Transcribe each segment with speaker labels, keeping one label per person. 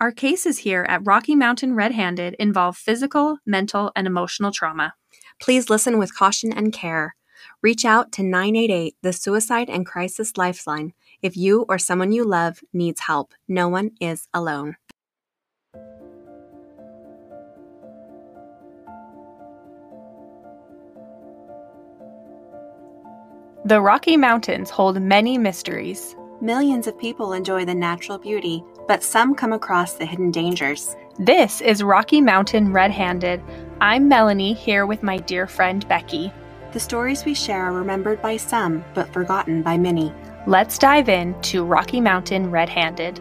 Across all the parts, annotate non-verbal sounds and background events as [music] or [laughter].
Speaker 1: Our cases here at Rocky Mountain Red Handed involve physical, mental, and emotional trauma.
Speaker 2: Please listen with caution and care. Reach out to 988, the Suicide and Crisis Lifeline, if you or someone you love needs help. No one is alone.
Speaker 1: The Rocky Mountains hold many mysteries.
Speaker 2: Millions of people enjoy the natural beauty, but some come across the hidden dangers.
Speaker 1: This is Rocky Mountain Red Handed. I'm Melanie here with my dear friend Becky.
Speaker 2: The stories we share are remembered by some, but forgotten by many.
Speaker 1: Let's dive in to Rocky Mountain Red Handed.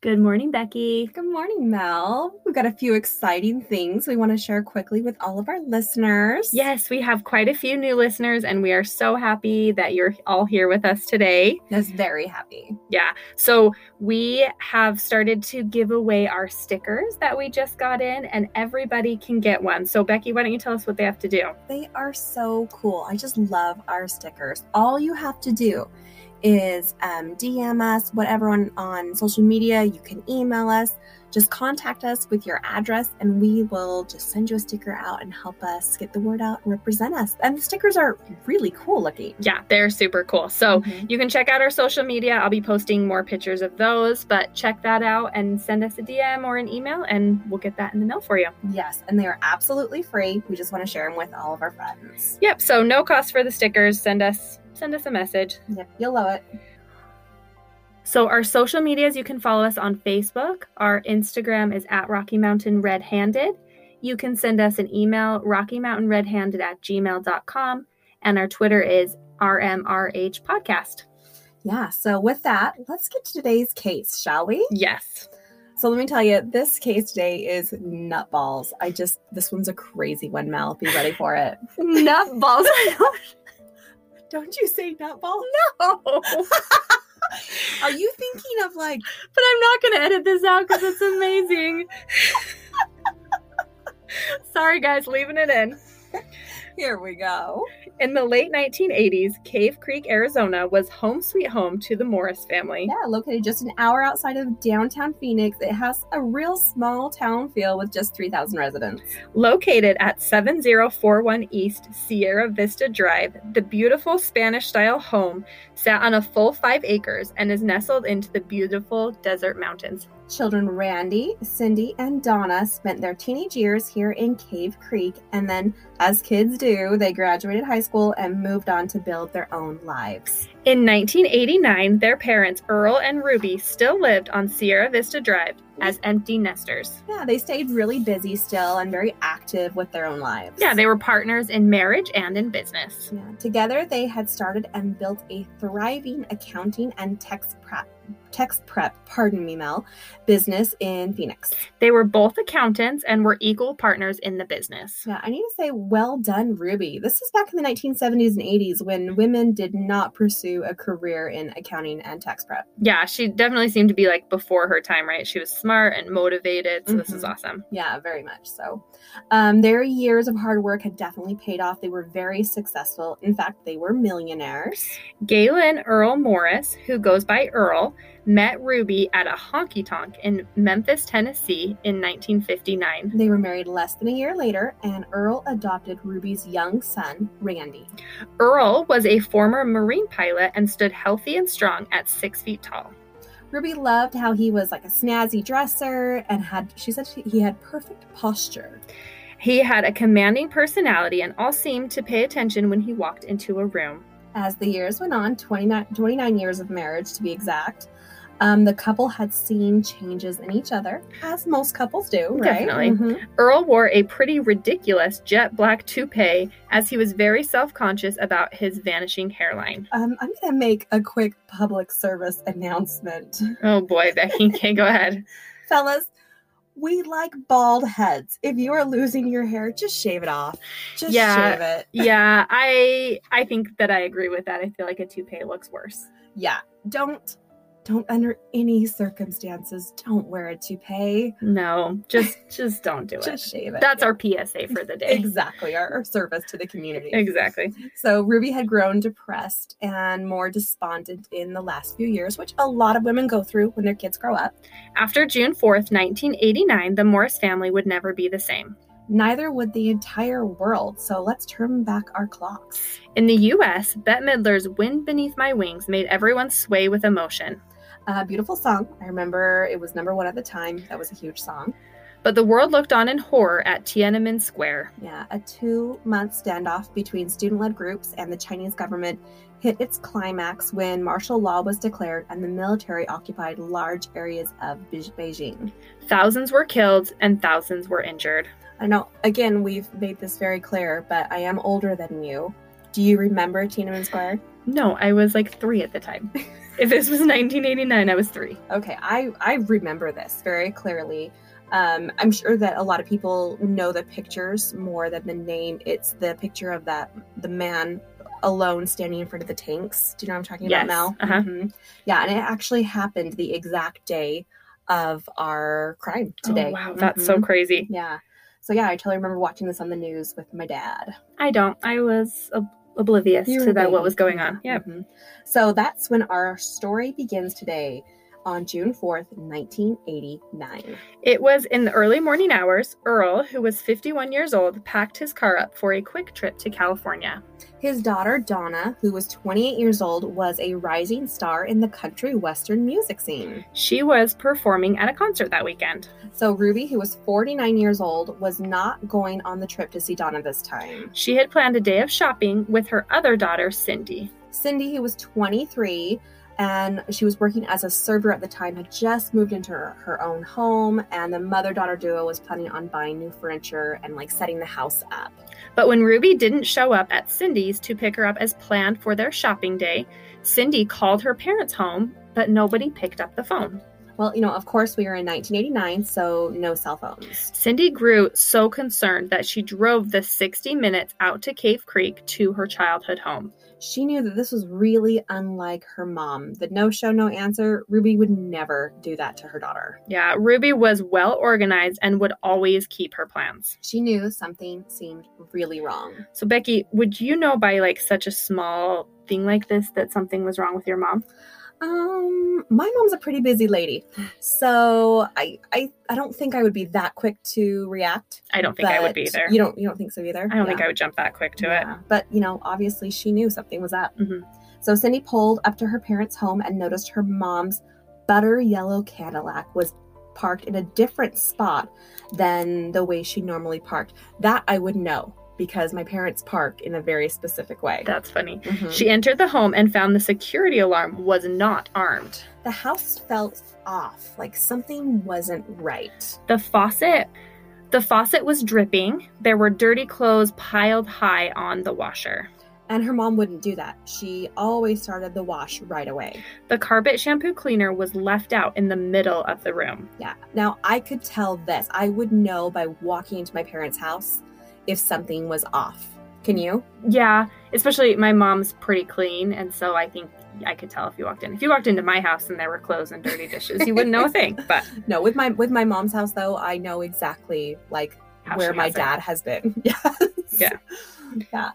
Speaker 1: Good morning, Becky.
Speaker 2: Good morning, Mel. We've got a few exciting things we want to share quickly with all of our listeners.
Speaker 1: Yes, we have quite a few new listeners, and we are so happy that you're all here with us today.
Speaker 2: That's very happy.
Speaker 1: Yeah. So, we have started to give away our stickers that we just got in, and everybody can get one. So, Becky, why don't you tell us what they have to do?
Speaker 2: They are so cool. I just love our stickers. All you have to do is um, DM us, whatever on, on social media. You can email us. Just contact us with your address and we will just send you a sticker out and help us get the word out and represent us. And the stickers are really cool looking.
Speaker 1: Yeah, they're super cool. So
Speaker 2: Mhm.
Speaker 1: you can check out our social media. I'll be posting more pictures of those, but check that out and send us a DM or an email, and we'll get that in the mail for you.
Speaker 2: Yes, and they are absolutely free. We just want to share them with all of our friends.
Speaker 1: Yep. So no cost for the stickers. Send us send us a message.
Speaker 2: Yep, you'll love it.
Speaker 1: So our social medias, you can follow us on Facebook. Our Instagram is at Rocky Mountain Red Handed. You can send us an email, Rocky Mountain Red Handed at gmail.com. And our Twitter is RMRH Podcast.
Speaker 2: Yeah, so with that, let's get to today's case, shall we?
Speaker 1: Yes.
Speaker 2: So let me tell you, this case today is nutballs. I just, this one's a crazy one, Mel. Be ready for it.
Speaker 1: Nutballs.
Speaker 2: [laughs] Don't you say nutball?
Speaker 1: [laughs] but
Speaker 2: Are you thinking of like,
Speaker 1: I'm not going to edit this out because it's amazing. Sorry, guys, leaving it in.
Speaker 2: here we go?
Speaker 1: In the late 1980s, Cave Creek, Arizona was home sweet home to the Morris family.
Speaker 2: Yeah, located just an hour outside of downtown Phoenix, it has a real small town feel with just 3,000 residents.
Speaker 1: Located at 7041 East Sierra Vista Drive, the beautiful Spanish style home sat on a full five acres and is nestled into the beautiful desert mountains.
Speaker 2: Children Randy, Cindy, and Donna spent their teenage years here in Cave Creek, and then, as kids do, they graduated high school and moved on to build their own lives.
Speaker 1: In 1989, their parents, Earl and Ruby, still lived on Sierra Vista Drive as empty nesters.
Speaker 2: Yeah, they stayed really busy still and very active with their own lives.
Speaker 1: Yeah, they were partners in marriage and in business.
Speaker 2: Yeah. Together, they had started and built a thriving accounting and tax prep, tax prep, pardon me, Mel, business in Phoenix.
Speaker 1: They were both accountants and were equal partners in the business.
Speaker 2: Yeah, I need to say, well done, Ruby. This is back in the 1970s and 80s when women did not pursue a career in accounting and tax prep.
Speaker 1: Yeah, she definitely seemed to be like before her time, right? She was smart and motivated, so this is
Speaker 2: Mhm.
Speaker 1: awesome.
Speaker 2: Yeah, very much so. Um, their years of hard work had definitely paid off. They were very successful. In fact, they were millionaires.
Speaker 1: Galen Earl Morris, who goes by Earl, met Ruby at a honky tonk in Memphis, Tennessee in 1959.
Speaker 2: They were married less than a year later, and Earl adopted Ruby's young son, Randy.
Speaker 1: Earl was a former Marine pilot and stood healthy and strong at six feet tall.
Speaker 2: Ruby loved how he was like a snazzy dresser and had, she said she- he had perfect posture.
Speaker 1: He had a commanding personality and all seemed to pay attention when he walked into a room.
Speaker 2: As the years went on, 29, 29 years of marriage to be exact, um, the couple had seen changes in each other, as most couples do, right?
Speaker 1: Definitely.
Speaker 2: Mhm.
Speaker 1: Earl wore a pretty ridiculous jet black toupee as he was very self conscious about his vanishing hairline.
Speaker 2: Um, I'm going to make a quick public service announcement. [laughs]
Speaker 1: Oh boy, Becky, [laughs] okay, go ahead.
Speaker 2: Fellas, we like bald heads. If you are losing your hair, just shave it off. Just
Speaker 1: Yeah.
Speaker 2: shave it.
Speaker 1: Yeah, I I think that I agree with that. I feel like a toupee looks worse.
Speaker 2: Yeah. Don't Don't under any circumstances don't wear a toupee.
Speaker 1: No, just just don't do it.
Speaker 2: Just shave it.
Speaker 1: That's our PSA for the day.
Speaker 2: exactly our, our service to the community.
Speaker 1: Exactly.
Speaker 2: So Ruby had grown depressed and more despondent in the last few years, which a lot of women go through when their kids grow up.
Speaker 1: After June 4th, 1989, the Morris family would never be the same.
Speaker 2: Neither would the entire world. So let's turn back our clocks.
Speaker 1: In the US, Bette Midler's Wind Beneath My Wings made everyone sway with emotion.
Speaker 2: A beautiful song. I remember it was number one at the time. That was a huge song.
Speaker 1: But the world looked on in horror at Tiananmen Square.
Speaker 2: Yeah, a two month standoff between student led groups and the Chinese government hit its climax when martial law was declared and the military occupied large areas of Bij- Beijing.
Speaker 1: Thousands were killed and thousands were injured.
Speaker 2: I know, again, we've made this very clear, but I am older than you. Do you remember Tiananmen Square?
Speaker 1: No, I was like three at the
Speaker 2: [laughs]
Speaker 1: time. if this was 1989, I was three.
Speaker 2: Okay, I, I remember this very clearly. Um, I'm sure that a lot of people know the pictures more than the name. It's the picture of that the man alone standing in front of the tanks. Do you know what I'm talking
Speaker 1: Yes,
Speaker 2: about, Mel?
Speaker 1: uh-huh.
Speaker 2: Mhm. Yeah, and it actually happened the exact day of our crime today.
Speaker 1: Oh, wow, that's so
Speaker 2: Mhm.
Speaker 1: crazy.
Speaker 2: Yeah. So yeah, I totally remember watching this on the news with my dad.
Speaker 1: I don't. I was ob- oblivious
Speaker 2: You
Speaker 1: to
Speaker 2: were
Speaker 1: that. What
Speaker 2: baby.
Speaker 1: was going on? Mm-hmm.
Speaker 2: Yeah.
Speaker 1: Yeah.
Speaker 2: Mhm. So that's when our story begins today on June 4th, 1989.
Speaker 1: It was in the early morning hours. Earl, who was 51 years old, packed his car up for a quick trip to California.
Speaker 2: His daughter, Donna, who was 28 years old, was a rising star in the country western music scene.
Speaker 1: She was performing at a concert that weekend.
Speaker 2: So, Ruby, who was 49 years old, was not going on the trip to see Donna this time.
Speaker 1: She had planned a day of shopping with her other daughter, Cindy.
Speaker 2: Cindy, who was 23 and she was working as a server at the time, had just moved into her, her own home, and the mother daughter duo was planning on buying new furniture and like setting the house up.
Speaker 1: But when Ruby didn't show up at Cindy's to pick her up as planned for their shopping day, Cindy called her parents home, but nobody picked up the phone.
Speaker 2: Well, you know, of course, we were in 1989, so no cell phones.
Speaker 1: Cindy grew so concerned that she drove the 60 minutes out to Cave Creek to her childhood home.
Speaker 2: She knew that this was really unlike her mom. The no show, no answer, Ruby would never do that to her daughter.
Speaker 1: Yeah, Ruby was well organized and would always keep her plans.
Speaker 2: She knew something seemed really wrong.
Speaker 1: So, Becky, would you know by like such a small thing like this that something was wrong with your mom?
Speaker 2: Um, my mom's a pretty busy lady, so I I, I don't think I would be that quick to react.
Speaker 1: I don't think I would
Speaker 2: but
Speaker 1: be there.
Speaker 2: You don't you don't think so either?
Speaker 1: I don't think I would jump that quick to it.
Speaker 2: But you know, obviously she knew something was up.
Speaker 1: Mhm.
Speaker 2: So Cindy pulled up to her parents' home and noticed her mom's butter yellow Cadillac was parked in a different spot than the way she normally parked. That I would know because my parents park in a very specific way.
Speaker 1: That's funny.
Speaker 2: Mhm.
Speaker 1: She entered the home and found the security alarm was not armed.
Speaker 2: the house felt off, like something wasn't right.
Speaker 1: The faucet the faucet was dripping. There were dirty clothes piled high on the washer.
Speaker 2: And her mom wouldn't do that. She always started the wash right away.
Speaker 1: The carpet shampoo cleaner was left out in the middle of the room.
Speaker 2: Yeah. Now I could tell this. I would know by walking into my parents' house if something was off. Can you?
Speaker 1: Yeah, especially my mom's pretty clean, and so I think I could tell if you walked in. If you walked into my house and there were clothes and dirty dishes, you wouldn't know a thing. But
Speaker 2: No, with my with my mom's house though, I know exactly like
Speaker 1: how
Speaker 2: where
Speaker 1: she
Speaker 2: my
Speaker 1: has it.
Speaker 2: dad has been. [laughs] Yes.
Speaker 1: Yeah.
Speaker 2: Yeah.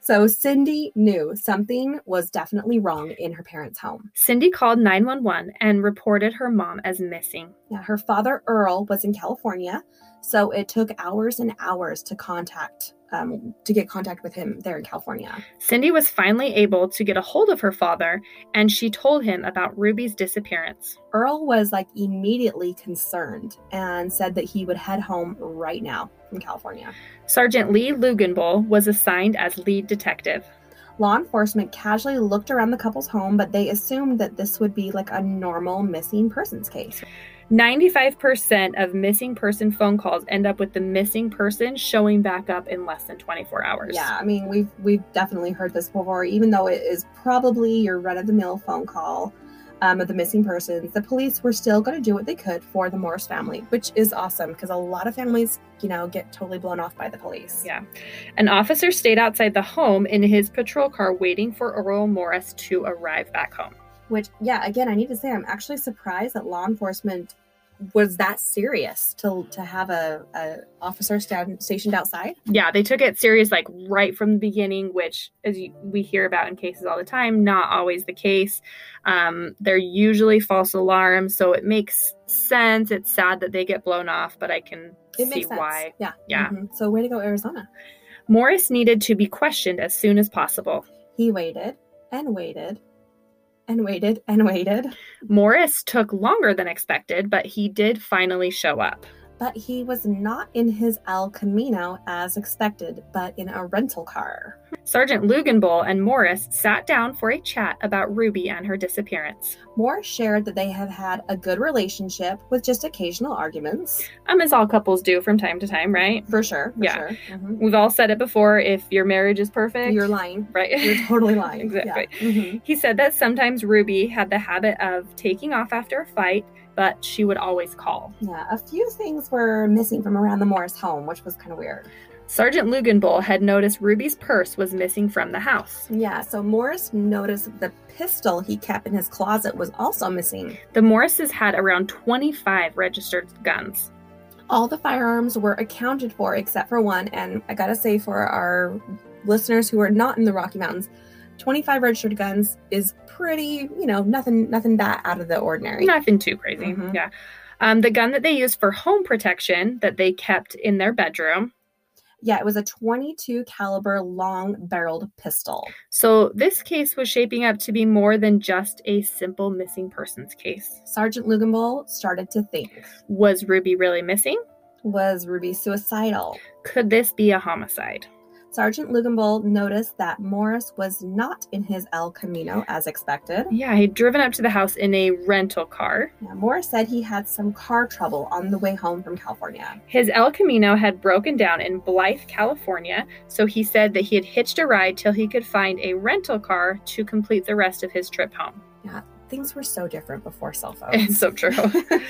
Speaker 2: So Cindy knew something was definitely wrong in her parents' home.
Speaker 1: Cindy called 911 and reported her mom as missing.
Speaker 2: Yeah, her father Earl was in California, so it took hours and hours to contact um, to get contact with him there in California.
Speaker 1: Cindy was finally able to get a hold of her father, and she told him about Ruby's disappearance.
Speaker 2: Earl was like immediately concerned and said that he would head home right now from California.
Speaker 1: Sergeant Lee Lugenbull was assigned as lead detective.
Speaker 2: Law enforcement casually looked around the couple's home, but they assumed that this would be like a normal missing persons case.
Speaker 1: 95% of missing person phone calls end up with the missing person showing back up in less than 24 hours.
Speaker 2: Yeah, I mean we've we've definitely heard this before, even though it is probably your run of the mill phone call um, of the missing persons. The police were still going to do what they could for the Morris family, which is awesome because a lot of families, you know, get totally blown off by the police.
Speaker 1: Yeah. An officer stayed outside the home in his patrol car waiting for Earl Morris to arrive back home.
Speaker 2: which yeah again i need to say i'm actually surprised that law enforcement was that serious to to have a, a officer stand, stationed outside
Speaker 1: Yeah, they took it serious like right from the beginning, which as you, we hear about in cases all the time, not always the case. Um, they're usually false alarms, so it makes sense. It's sad that they get blown off, but I can
Speaker 2: it
Speaker 1: see
Speaker 2: makes sense
Speaker 1: why.
Speaker 2: yeah
Speaker 1: Yeah.
Speaker 2: Mhm. so way to go arizona
Speaker 1: Morris needed to be questioned as soon as possible.
Speaker 2: he waited and waited and waited and waited
Speaker 1: Morris took longer than expected, but he did finally show up.
Speaker 2: but he was not in his el camino as expected but in a rental car
Speaker 1: Sergeant Lugenbull and Morris sat down for a chat about Ruby and her disappearance.
Speaker 2: Morris shared that they have had a good relationship with just occasional arguments.
Speaker 1: Um, as all couples do from time to time, right?
Speaker 2: For sure. For
Speaker 1: Yeah.
Speaker 2: Sure. Mhm.
Speaker 1: We've all said it before if your marriage is perfect,
Speaker 2: You're lying.
Speaker 1: right? [laughs]
Speaker 2: You're totally lying.
Speaker 1: Exactly.
Speaker 2: Yeah. Mhm.
Speaker 1: He said that sometimes Ruby had the habit of taking off after a fight, but she would always call.
Speaker 2: Yeah, a few things were missing from around the Morris home, which was kind of weird.
Speaker 1: Sergeant Lugenbull had noticed Ruby's purse was missing from the house.
Speaker 2: Yeah, so Morris noticed that the pistol he kept in his closet was also missing.
Speaker 1: The Morrises had around 25 registered guns.
Speaker 2: All the firearms were accounted for except for one, and I gotta say, for our listeners who are not in the Rocky Mountains, 25 registered guns is pretty, you know, nothing, nothing that out of the ordinary.
Speaker 1: Nothing too crazy.
Speaker 2: Mhm.
Speaker 1: Yeah. Um, the gun that they used for home protection that they kept in their bedroom.
Speaker 2: Yeah, it was a 22 caliber long-barreled pistol.
Speaker 1: So this case was shaping up to be more than just a simple missing persons case.
Speaker 2: Sergeant Lugenbull started to think,
Speaker 1: Was Ruby really missing?
Speaker 2: was Ruby suicidal?
Speaker 1: Could this be a homicide?
Speaker 2: Sergeant Lugenbull noticed that Morris was not in his El Camino as expected.
Speaker 1: Yeah, he'd driven up to the house in a rental car.
Speaker 2: Now, Morris said he had some car trouble on the way home from California.
Speaker 1: His El Camino had broken down in Blythe, California, so he said that he had hitched a ride till he could find a rental car to complete the rest of his trip home.
Speaker 2: Things were so different
Speaker 1: [laughs]
Speaker 2: before cell
Speaker 1: It's
Speaker 2: phones.
Speaker 1: so true.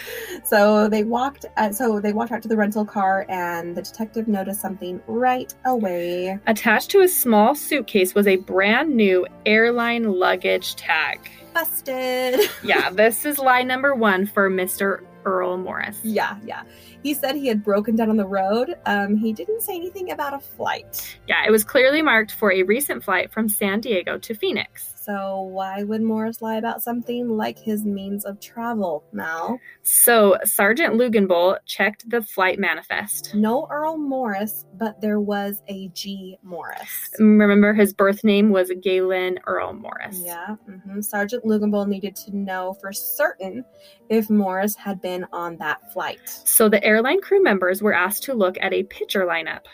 Speaker 2: [laughs] so they walked. Uh, so they walked out to the rental car, and the detective noticed something right away.
Speaker 1: Attached to his small suitcase was a brand new airline luggage tag.
Speaker 2: Busted.
Speaker 1: Yeah, this is lie number one for Mr. Earl Morris.
Speaker 2: [laughs] yeah, yeah. He said he had broken down on the road. Um, he didn't say anything about a flight.
Speaker 1: Yeah, it was clearly marked for a recent flight from San Diego to Phoenix.
Speaker 2: So why would Morris lie about something like his means of travel, Mal?
Speaker 1: So Sergeant Lugenbull checked the flight manifest.
Speaker 2: No Earl Morris, but there was a G Morris.
Speaker 1: Remember, his birth name was Galen Earl Morris.
Speaker 2: Yeah. hmm Sergeant Lugenbull needed to know for certain if Morris had been on that flight.
Speaker 1: So the airline crew members were asked to look at a picture lineup.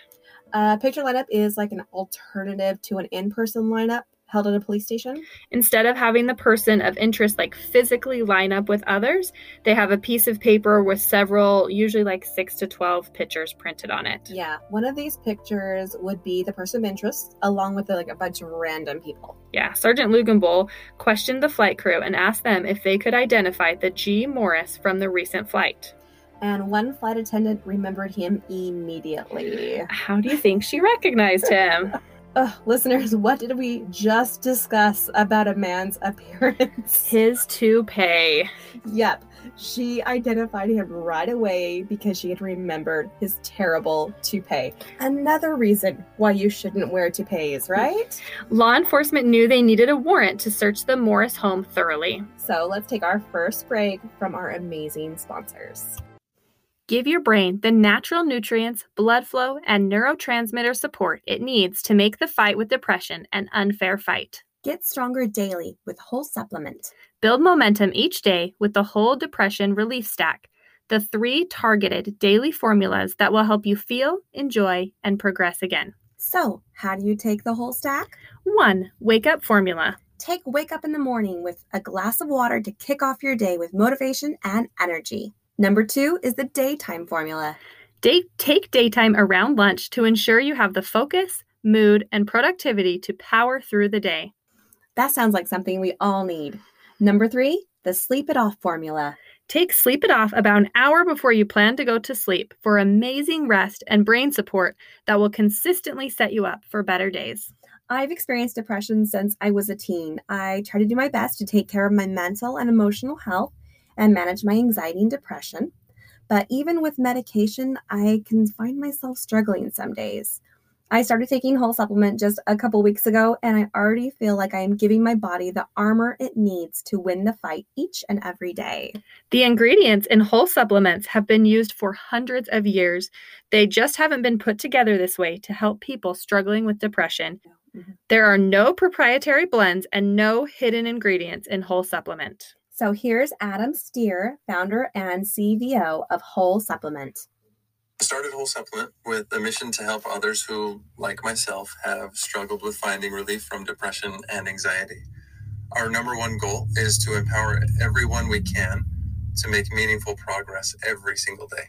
Speaker 2: Uh, picture lineup is like an alternative to an in person lineup held at a police station.
Speaker 1: Instead of having the person of interest like physically line up with others, they have a piece of paper with several, usually like six to 12 pictures printed on it.
Speaker 2: Yeah. One of these pictures would be the person of interest, along with like a bunch of random people.
Speaker 1: Yeah, Sergeant Lugenbull questioned the flight crew and asked them if they could identify the G. Morris from the recent flight.
Speaker 2: And one flight attendant remembered him immediately.
Speaker 1: How do you think she recognized him?
Speaker 2: Ugh, listeners, what did we just discuss about a man's [laughs] appearance?
Speaker 1: His toupee.
Speaker 2: Yep. She identified him right away because she had remembered his terrible toupee. Another reason why you shouldn't wear toupees, right?
Speaker 1: Law enforcement knew they needed a warrant to search the Morris home thoroughly.
Speaker 2: So let's take our first break from our amazing sponsors.
Speaker 1: Give your brain the natural nutrients, blood flow, and neurotransmitter support it needs to make the fight with depression an unfair fight.
Speaker 2: Get stronger daily with Whole Supplement.
Speaker 1: Build momentum each day with the Whole Depression Relief Stack, the three targeted daily formulas that will help you feel, enjoy, and progress again.
Speaker 2: So, how do you take the whole stack?
Speaker 1: 1. Wake Up Formula.
Speaker 2: Take Wake Up in the Morning with a glass of water to kick off your day with motivation and energy. Number two is the daytime formula.
Speaker 1: Day- take daytime around lunch to ensure you have the focus, mood, and productivity to power through the day.
Speaker 2: That sounds like something we all need. Number three, the sleep it off formula.
Speaker 1: Take Sleep It Off about an hour before you plan to go to sleep for amazing rest and brain support that will consistently set you up for better days.
Speaker 2: I've experienced depression since I was a teen. I try to do my best to take care of my mental and emotional health and manage my anxiety and depression. But even with medication, I can find myself struggling some days. I started taking whole supplement just a couple weeks ago, and I already feel like I am giving my body the armor it needs to win the fight each and every day.
Speaker 1: The ingredients in whole supplements have been used for hundreds of years. They just haven't been put together this way to help people struggling with depression.
Speaker 2: Mhm.
Speaker 1: There are no proprietary blends and no hidden ingredients in whole supplement.
Speaker 2: So here's Adam Steer, founder and CVO of Whole Supplement.
Speaker 3: started Whole Supplement with a mission to help others who, like myself, have struggled with finding relief from depression and anxiety. Our number one goal is to empower everyone we can to make meaningful progress every single day.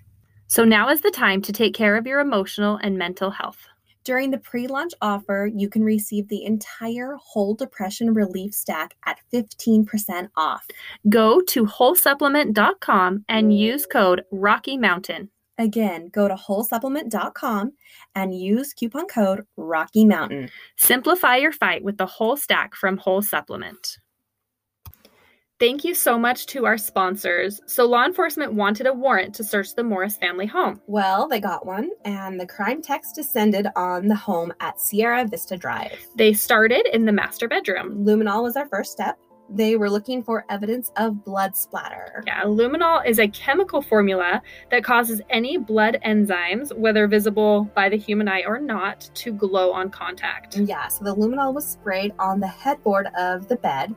Speaker 1: So now is the time to take care of your emotional and mental health.
Speaker 2: During the pre launch offer, you can receive the entire whole depression relief stack at 15% off.
Speaker 1: Go to wholesupplement.com and use code Rocky Mountain.
Speaker 2: Again, go to wholesupplement.com and use coupon code Rocky Mountain.
Speaker 1: Simplify your fight with the whole stack from Whole Supplement. Thank you so much to our sponsors. So, law enforcement wanted a warrant to search the Morris family home.
Speaker 2: Well, they got one, and the crime text descended on the home at Sierra Vista Drive.
Speaker 1: They started in the master bedroom.
Speaker 2: Luminol was our first step. They were looking for evidence of blood splatter.
Speaker 1: Yeah, luminol is a chemical formula that causes any blood enzymes, whether visible by the human eye or not, to glow on contact.
Speaker 2: Yeah, so the luminol was sprayed on the headboard of the bed,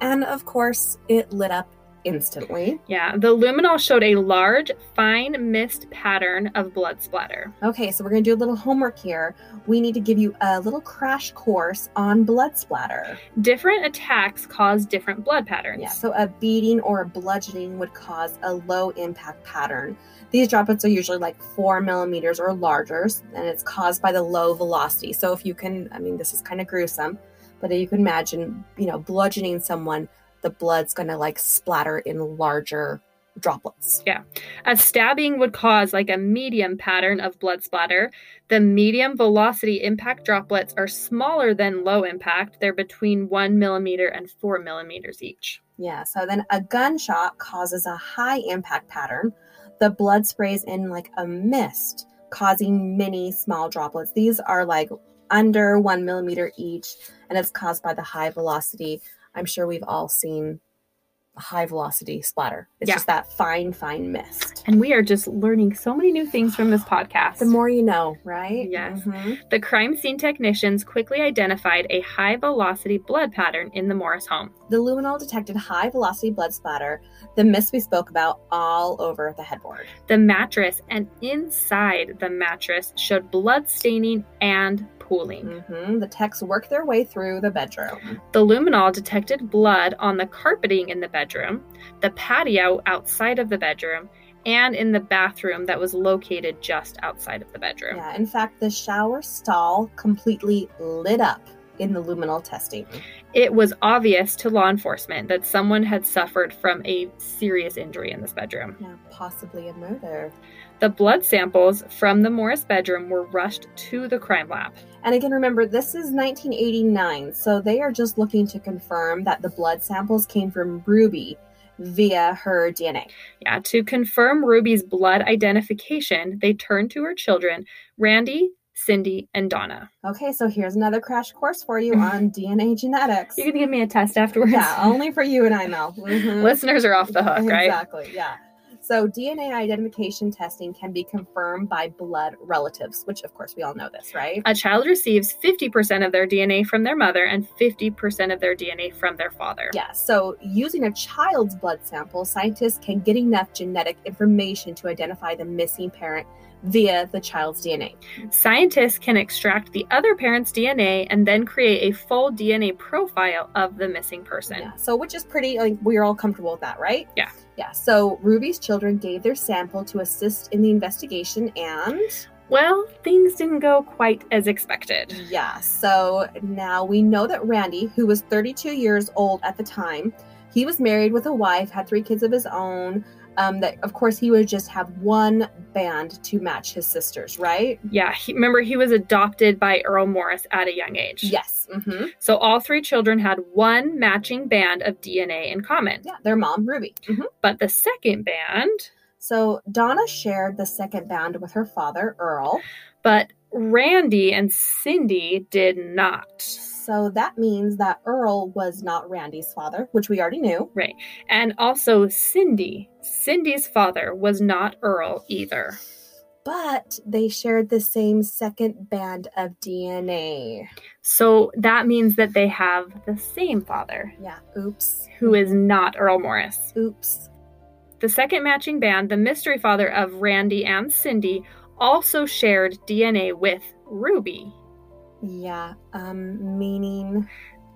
Speaker 2: and of course, it lit up instantly.
Speaker 1: Yeah, the luminol showed a large, fine mist pattern of blood splatter.
Speaker 2: Okay, so we're gonna do a little homework here. We need to give you a little crash course on blood splatter.
Speaker 1: Different attacks cause different blood patterns.
Speaker 2: Yeah, so a beating or a bludgeoning would cause a low impact pattern. These droplets are usually like four millimeters or larger, and it's caused by the low velocity. So if you can, I mean, this is kind of gruesome, but you can imagine, you know, bludgeoning someone, the blood's gonna like splatter in larger droplets.
Speaker 1: A stabbing would cause like a medium pattern of blood splatter. The medium velocity impact droplets are smaller than low impact. They're between one millimeter and four millimeters each.
Speaker 2: Yeah, so then a gunshot causes a high impact pattern. The blood sprays in like a mist, causing many small droplets. These are like under one millimeter each, and it's caused by the high velocity. I'm sure we've all seen high velocity splatter. It's
Speaker 1: Yeah.
Speaker 2: just that fine, fine mist.
Speaker 1: And we are just learning so many new things from this podcast.
Speaker 2: The more you know, right?
Speaker 1: Yes.
Speaker 2: Mhm.
Speaker 1: the crime scene technicians quickly identified a high velocity blood pattern in the Morris home.
Speaker 2: The luminol detected high velocity blood splatter, the mist we spoke about all over the headboard.
Speaker 1: The mattress and inside the mattress showed blood staining and pooling.
Speaker 2: hmm The techs worked their way through the bedroom.
Speaker 1: The luminol detected blood on the carpeting in the bedroom, the patio outside of the bedroom, and in the bathroom that was located just outside of the bedroom.
Speaker 2: Yeah, in fact, the shower stall completely lit up in the luminal testing.
Speaker 1: It was obvious to law enforcement that someone had suffered from a serious injury in this bedroom.
Speaker 2: Yeah, possibly a murder.
Speaker 1: The blood samples from the Morris bedroom were rushed to the crime lab.
Speaker 2: And again, remember, this is 1989, so they are just looking to confirm that the blood samples came from Ruby via her DNA.
Speaker 1: Yeah, to confirm Ruby's blood identification, they turned to her children, Randy, Cindy, and Donna.
Speaker 2: Okay, so here's another crash course for
Speaker 1: [laughs]
Speaker 2: you on DNA genetics.
Speaker 1: You're gonna give me a test afterwards.
Speaker 2: Yeah, only for you and I,
Speaker 1: [laughs]
Speaker 2: Mel. Mhm.
Speaker 1: Listeners are off the hook, right?
Speaker 2: Exactly, yeah. So, DNA identification testing can be confirmed by blood relatives, which, of course, we all know this, right?
Speaker 1: A child receives 50% of their DNA from their mother and 50% of their DNA from their father.
Speaker 2: Yeah, so using a child's blood sample, scientists can get enough genetic information to identify the missing parent via the child's DNA.
Speaker 1: Scientists can extract the other parent's DNA and then create a full DNA profile of the missing person.
Speaker 2: Yeah, so which is pretty like we're all comfortable with that, right?
Speaker 1: Yeah.
Speaker 2: Yeah. So Ruby's children gave their sample to assist in the investigation and
Speaker 1: Well, things didn't go quite as expected.
Speaker 2: yeah, so now we know that Randy, who was 32 years old at the time, he was married with a wife, had three kids of his own. um, that of course he would just have one band to match his sisters, right?
Speaker 1: Yeah, he, remember he was adopted by Earl Morris at a young age.
Speaker 2: Yes. hmm
Speaker 1: So all three children had one matching band of DNA in common,
Speaker 2: Yeah, their mom, Ruby. Mhm.
Speaker 1: but the second band,
Speaker 2: So Donna shared the second band with her father, Earl.
Speaker 1: but Randy and Cindy did not.
Speaker 2: So that means that Earl was not Randy's father, which we already knew.
Speaker 1: And also Cindy. Cindy's father was not Earl either.
Speaker 2: But they shared the same second band of DNA.
Speaker 1: So that means that they have the same father,
Speaker 2: Yeah, oops.
Speaker 1: who is not Earl Morris.
Speaker 2: Oops.
Speaker 1: The second matching band, the mystery father of Randy and Cindy, also shared DNA with Ruby.
Speaker 2: Yeah, um, meaning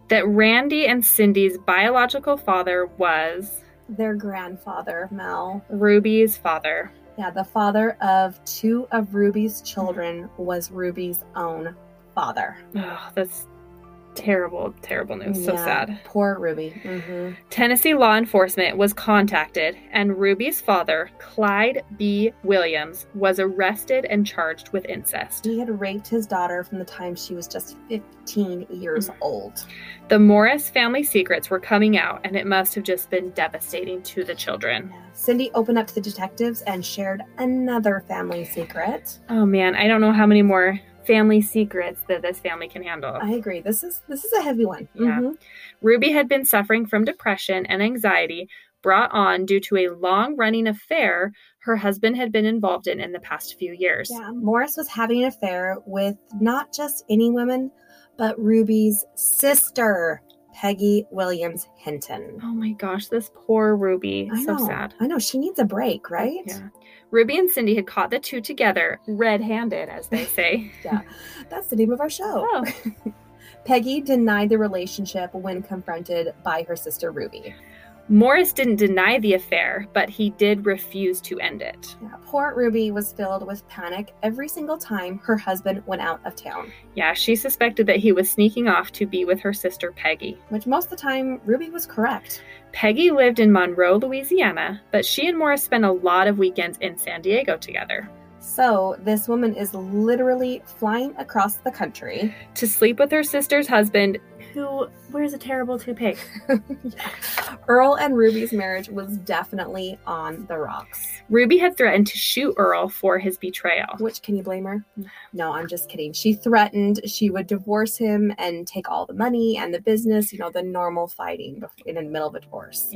Speaker 1: That Randy and Cindy's biological father was
Speaker 2: their grandfather, Mel.
Speaker 1: Ruby's father.
Speaker 2: Yeah, the father of two of Ruby's children was Ruby's own father.
Speaker 1: Oh, that's terrible, terrible news. So
Speaker 2: Yeah,
Speaker 1: sad.
Speaker 2: Poor Ruby. Mm-hmm.
Speaker 1: Tennessee law enforcement was contacted, and Ruby's father, Clyde B. Williams, was arrested and charged with incest.
Speaker 2: He had raped his daughter from the time she was just 15 years
Speaker 1: Hmm.
Speaker 2: old.
Speaker 1: The Morris family secrets were coming out, and it must have just been devastating to the children.
Speaker 2: Cindy opened up to the detectives and shared another family secret.
Speaker 1: Oh man, I don't know how many more family secrets that this family can handle.
Speaker 2: I agree. This is this is a heavy one.
Speaker 1: Oh. Yeah.
Speaker 2: Mhm.
Speaker 1: Ruby had been suffering from depression and anxiety brought on due to a long running affair her husband had been involved in in the past few years.
Speaker 2: Yeah. Morris was having an affair with not just any women, but Ruby's sister, Peggy Williams Hinton.
Speaker 1: Oh my gosh, this poor Ruby.
Speaker 2: I
Speaker 1: so
Speaker 2: know.
Speaker 1: sad.
Speaker 2: I know. She needs a break, right?
Speaker 1: Yeah. Ruby and Cindy had caught the two together, red handed, as [laughs] they say.
Speaker 2: That's the name of our show.
Speaker 1: [laughs] Oh.
Speaker 2: Peggy denied the relationship when confronted by her sister Ruby.
Speaker 1: Morris didn't deny the affair, but he did refuse to end it.
Speaker 2: Yeah, poor Ruby was filled with panic every single time her husband went out of town,
Speaker 1: Yeah, she suspected that he was sneaking off to be with her sister Peggy.
Speaker 2: which most of the time Ruby was correct.
Speaker 1: Peggy lived in Monroe, Louisiana, but she and Morris spent a lot of weekends in San Diego together
Speaker 2: So this woman is literally flying across the country. [laughs]
Speaker 1: to sleep with her sister's husband, who wears a terrible toupee.
Speaker 2: Earl and Ruby's marriage was definitely on the rocks.
Speaker 1: Ruby had threatened to shoot Earl for his betrayal.
Speaker 2: Which can you blame her? No, I'm just kidding. She threatened she would divorce him and take all the money and the business, you know, the normal fighting bef- in the middle of a divorce.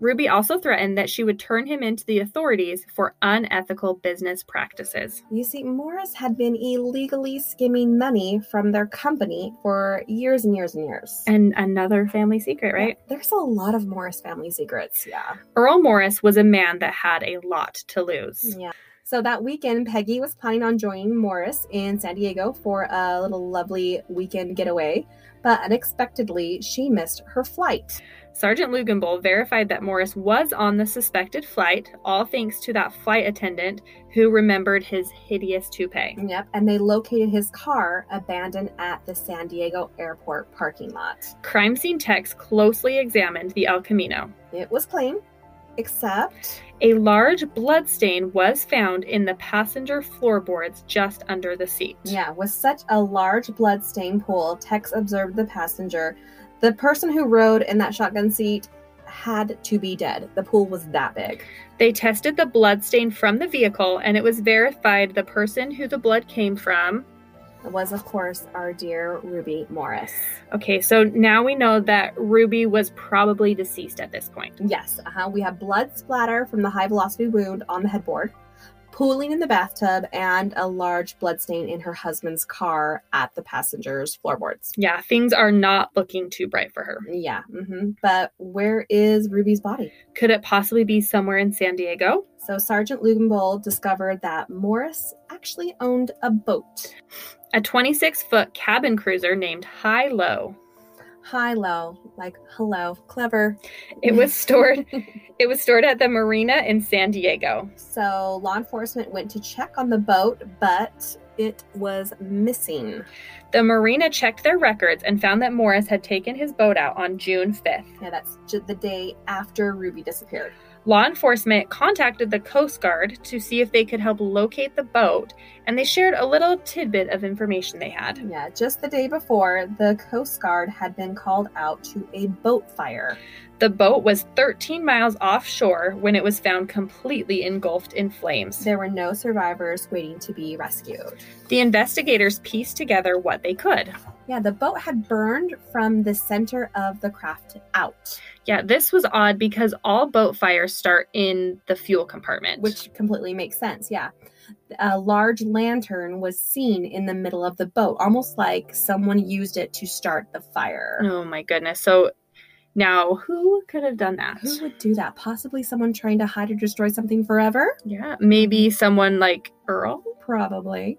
Speaker 1: Ruby also threatened that she would turn him into the authorities for unethical business practices.
Speaker 2: You see, Morris had been illegally skimming money from their company for years and years and years.
Speaker 1: And another family secret, right?
Speaker 2: Yeah, there's a lot of Morris family secrets. Yeah.
Speaker 1: Earl Morris was a man that had a lot to lose.
Speaker 2: Yeah. So that weekend, Peggy was planning on joining Morris in San Diego for a little lovely weekend getaway, but unexpectedly, she missed her flight.
Speaker 1: Sergeant Lugenbull verified that Morris was on the suspected flight, all thanks to that flight attendant who remembered his hideous toupee.
Speaker 2: Yep. And they located his car abandoned at the San Diego airport parking lot.
Speaker 1: Crime scene techs closely examined the El Camino.
Speaker 2: It was clean, except
Speaker 1: A large blood stain was found in the passenger floorboards just under the seat.
Speaker 2: Yeah, with such a large bloodstain pool, Tex observed the passenger. The person who rode in that shotgun seat had to be dead. The pool was that big.
Speaker 1: They tested the blood stain from the vehicle, and it was verified the person who the blood came from.
Speaker 2: It was, of course, our dear Ruby Morris.
Speaker 1: Okay, so now we know that Ruby was probably deceased at this point.
Speaker 2: Yes, uh-huh. we have blood splatter from the high velocity wound on the headboard, pooling in the bathtub, and a large bloodstain in her husband's car at the passenger's floorboards.
Speaker 1: Yeah, things are not looking too bright for her.
Speaker 2: Yeah, hmm but where is Ruby's body?
Speaker 1: Could it possibly be somewhere in San Diego?
Speaker 2: So Sergeant Lugenbold discovered that Morris actually owned a boat.
Speaker 1: A 26 foot cabin cruiser named High Low.
Speaker 2: Hi low, like hello, clever.
Speaker 1: It was stored. it was stored at the marina in San Diego.
Speaker 2: So law enforcement went to check on the boat, but it was missing.
Speaker 1: The marina checked their records and found that Morris had taken his boat out on June 5th.
Speaker 2: Yeah, that's ju- the day after Ruby disappeared.
Speaker 1: Law enforcement contacted the Coast Guard to see if they could help locate the boat, and they shared a little tidbit of information they had.
Speaker 2: Yeah, just the day before, the Coast Guard had been called out to a boat fire.
Speaker 1: The boat was 13 miles offshore when it was found completely engulfed in flames.
Speaker 2: There were no survivors waiting to be rescued.
Speaker 1: The investigators pieced together what they could.
Speaker 2: Yeah, the boat had burned from the center of the craft out,
Speaker 1: Yeah, this was odd because all boat fires start in the fuel compartment.
Speaker 2: which completely makes sense. Yeah. A large lantern was seen in the middle of the boat, almost like someone used it to start the fire.
Speaker 1: oh my goodness. So now who could have done that?
Speaker 2: Who would do that? Possibly someone trying to hide or destroy something forever?
Speaker 1: Yeah, maybe someone like Earl.
Speaker 2: Probably.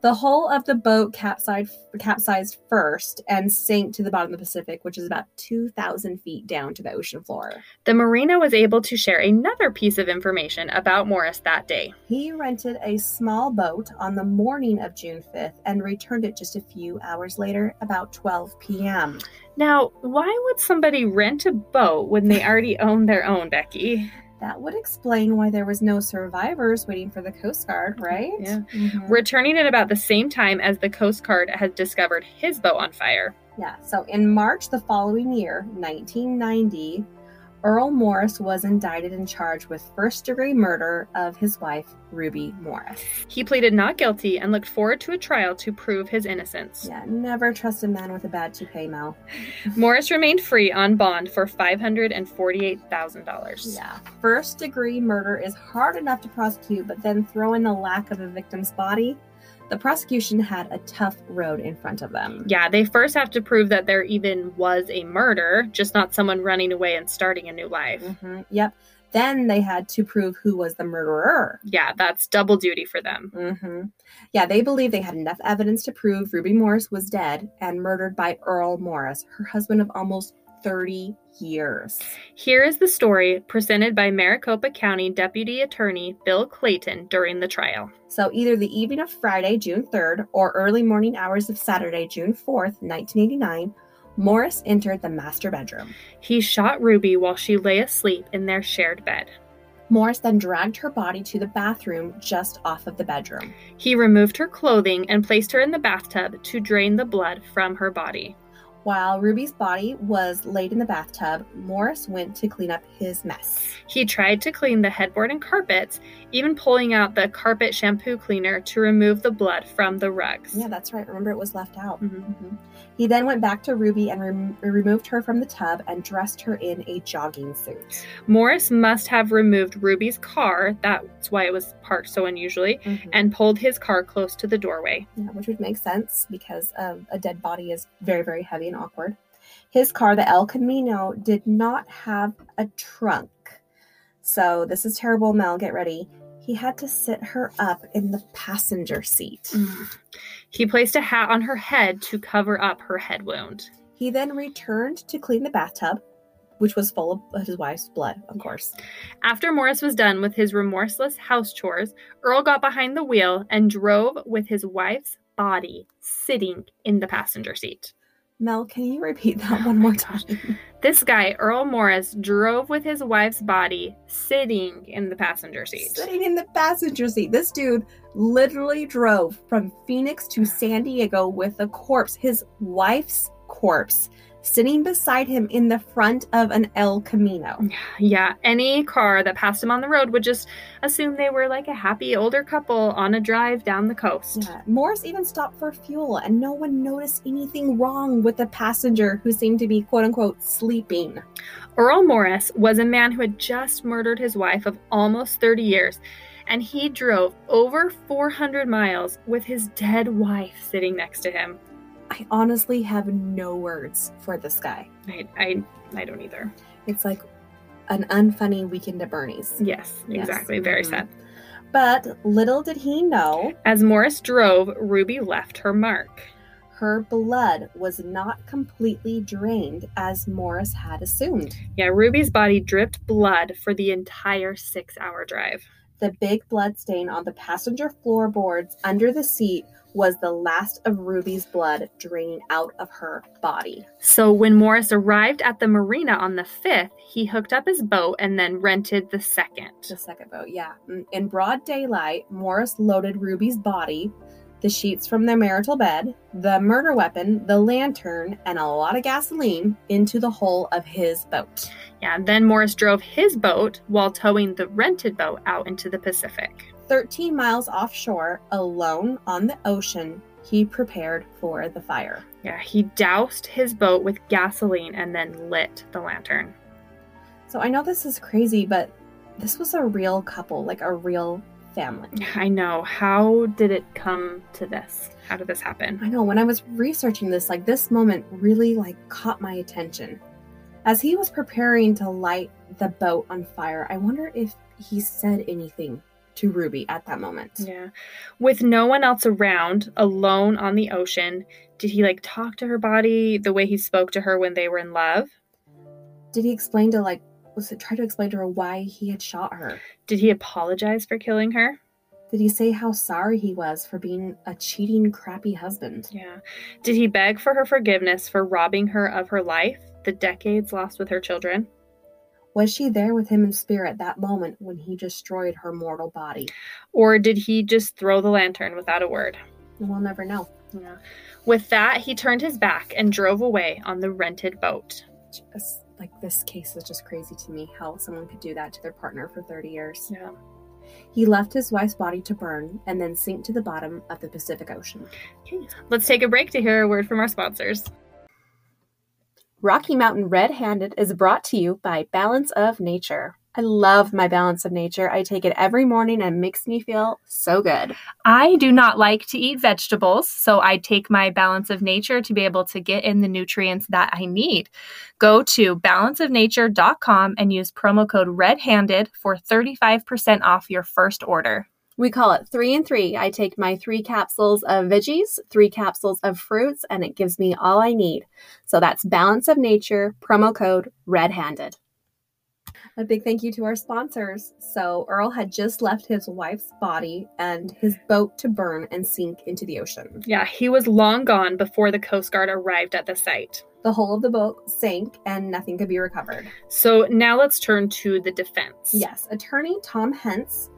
Speaker 2: The hull of the boat capsized, capsized first and sank to the bottom of the Pacific, which is about 2,000 feet down to the ocean floor.
Speaker 1: The marina was able to share another piece of information about Morris that day.
Speaker 2: He rented a small boat on the morning of June 5th and returned it just a few hours later, about 12 p.m.
Speaker 1: Now, why would somebody rent a boat when they already own their own, Becky?
Speaker 2: That would explain why there was no survivors waiting for the Coast Guard, right?
Speaker 1: Yeah. Mm-hmm.
Speaker 2: Mhm.
Speaker 1: Returning at about the same time as the Coast Guard had discovered his boat on fire.
Speaker 2: Yeah, so in March the following year, 1990, Earl Morris was indicted and charged with first degree murder of his wife, Ruby Morris.
Speaker 1: He pleaded not guilty and looked forward to a trial to prove his innocence.
Speaker 2: Yeah, never trust a man with a bad toupee, Mel.
Speaker 1: Morris remained free on bond for $548,000.
Speaker 2: Yeah, first degree murder is hard enough to prosecute, but then throw in the lack of a victim's body. The prosecution had a tough road in front of them.
Speaker 1: Yeah, they first have to prove that there even was a murder, just not someone running away and starting a new life.
Speaker 2: Mhm, Yep. Then they had to prove who was the murderer.
Speaker 1: Yeah, that's double duty for them.
Speaker 2: hmm Yeah, they believe they had enough evidence to prove Ruby Morris was dead and murdered by Earl Morris, her husband of almost 30 years.
Speaker 1: Here is the story presented by Maricopa County Deputy Attorney Bill Clayton during the trial.
Speaker 2: So, either the evening of Friday, June 3rd, or early morning hours of Saturday, June 4th, 1989, Morris entered the master bedroom.
Speaker 1: He shot Ruby while she lay asleep in their shared bed.
Speaker 2: Morris then dragged her body to the bathroom just off of the bedroom.
Speaker 1: He removed her clothing and placed her in the bathtub to drain the blood from her body.
Speaker 2: While Ruby's body was laid in the bathtub, Morris went to clean up his mess.
Speaker 1: He tried to clean the headboard and carpets, even pulling out the carpet shampoo cleaner to remove the blood from the rugs.
Speaker 2: Yeah, that's right. Remember, it was left out.
Speaker 1: Mhm.
Speaker 2: Mhm. He then went back to Ruby and rem- removed her from the tub and dressed her in a jogging suit.
Speaker 1: Morris must have removed Ruby's car, that's why it was parked so unusually,
Speaker 2: Mm-hmm.
Speaker 1: and pulled his car close to the doorway.
Speaker 2: Yeah, which would make sense because um, a dead body is very, very heavy and awkward. His car, the El Camino, did not have a trunk. So this is terrible, Mel. Get ready. He had to sit her up in the passenger seat.
Speaker 1: He placed a hat on her head to cover up her head wound.
Speaker 2: He then returned to clean the bathtub, which was full of his wife's blood, of course.
Speaker 1: After Morris was done with his remorseless house chores, Earl got behind the wheel and drove with his wife's body sitting in the passenger seat.
Speaker 2: Mel, can you repeat
Speaker 1: [laughs]
Speaker 2: that
Speaker 1: Oh
Speaker 2: one more
Speaker 1: my gosh.
Speaker 2: time?
Speaker 1: This guy, Earl Morris, drove with his wife's body sitting in the passenger seat.
Speaker 2: Sitting in the passenger seat. This dude literally drove from Phoenix to San Diego with a corpse, his wife's corpse, sitting beside him in the front of an El Camino.
Speaker 1: Yeah, any car that passed him on the road would just assume they were like a happy older couple on a drive down the coast.
Speaker 2: Yeah. Morris even stopped for fuel, and no one noticed anything wrong with the passenger who seemed to be quote unquote sleeping.
Speaker 1: Earl Morris was a man who had just murdered his wife of almost 30 years, and he drove over 400 miles with his dead wife sitting next to him.
Speaker 2: I honestly have no words for this guy.
Speaker 1: I, I, I don't either.
Speaker 2: It's like an unfunny weekend at Bernie's.
Speaker 1: Yes,
Speaker 2: Yes.
Speaker 1: exactly. Very
Speaker 2: Mhm.
Speaker 1: sad.
Speaker 2: But little did he know
Speaker 1: As Morris drove, Ruby left her mark.
Speaker 2: Her blood was not completely drained as Morris had assumed.
Speaker 1: Yeah, Ruby's body dripped blood for the entire six hour drive.
Speaker 2: The big blood stain on the passenger floorboards under the seat was the last of Ruby's blood draining out of her body.
Speaker 1: So when Morris arrived at the marina on the 5th, he hooked up his boat and then rented the second.
Speaker 2: The second boat, yeah. Mm, In broad daylight, Morris loaded Ruby's body, the sheets from their marital bed, the murder weapon, the lantern, and a lot of gasoline into the hull of his boat.
Speaker 1: Yeah, and then Morris drove his boat while towing the rented boat out into the Pacific.
Speaker 2: 13 miles offshore, alone on the ocean, he prepared for the fire.
Speaker 1: Yeah, he doused his boat with gasoline and then lit the lantern.
Speaker 2: So I know this is crazy, but this was a real couple, like a real family.
Speaker 1: [laughs] I know. How did it come to this? How did this happen?
Speaker 2: I know when I was researching this, like this moment really like caught my attention. As he was preparing to light the boat on fire, I wonder if he said anything to Ruby at that moment.
Speaker 1: Yeah. With no one else around, alone on the ocean, did he like talk to her body the way he spoke to her when they were in love?
Speaker 2: Did he explain to like was it try to explain to her why he had shot her?
Speaker 1: Did he apologize for killing her?
Speaker 2: Did he say how sorry he was for being a cheating crappy husband?
Speaker 1: Yeah. Did he beg for her forgiveness for robbing her of her life, the decades lost with her children?
Speaker 2: Was she there with him in spirit that moment when he destroyed her mortal body?
Speaker 1: Or did he just throw the lantern without a word?
Speaker 2: We'll never know.
Speaker 1: Yeah. With that, he turned his back and drove away on the rented boat.
Speaker 2: Just, like this case is just crazy to me how someone could do that to their partner for 30 years.
Speaker 1: Yeah.
Speaker 2: He left his wife's body to burn and then sink to the bottom of the Pacific Ocean.
Speaker 1: Let's take a break to hear a word from our sponsors.
Speaker 2: Rocky Mountain Red Handed is brought to you by Balance of Nature. I love my Balance of Nature. I take it every morning and it makes me feel so good.
Speaker 1: I do not like to eat vegetables, so I take my balance of nature to be able to get in the nutrients that I need. Go to balanceofnature.com and use promo code REDHANDED for 35% off your first order.
Speaker 2: We call it three and three. I take my three capsules of veggies, three capsules of fruits, and it gives me all I need. So that's Balance of Nature, promo code red handed. A big thank you to our sponsors. So, Earl had just left his wife's body and his boat to burn and sink into the ocean.
Speaker 1: Yeah, he was long gone before the Coast Guard arrived at the site.
Speaker 2: The whole of the boat sank and nothing could be recovered.
Speaker 1: So now let's turn to the defense.
Speaker 2: Yes, attorney Tom Hentz,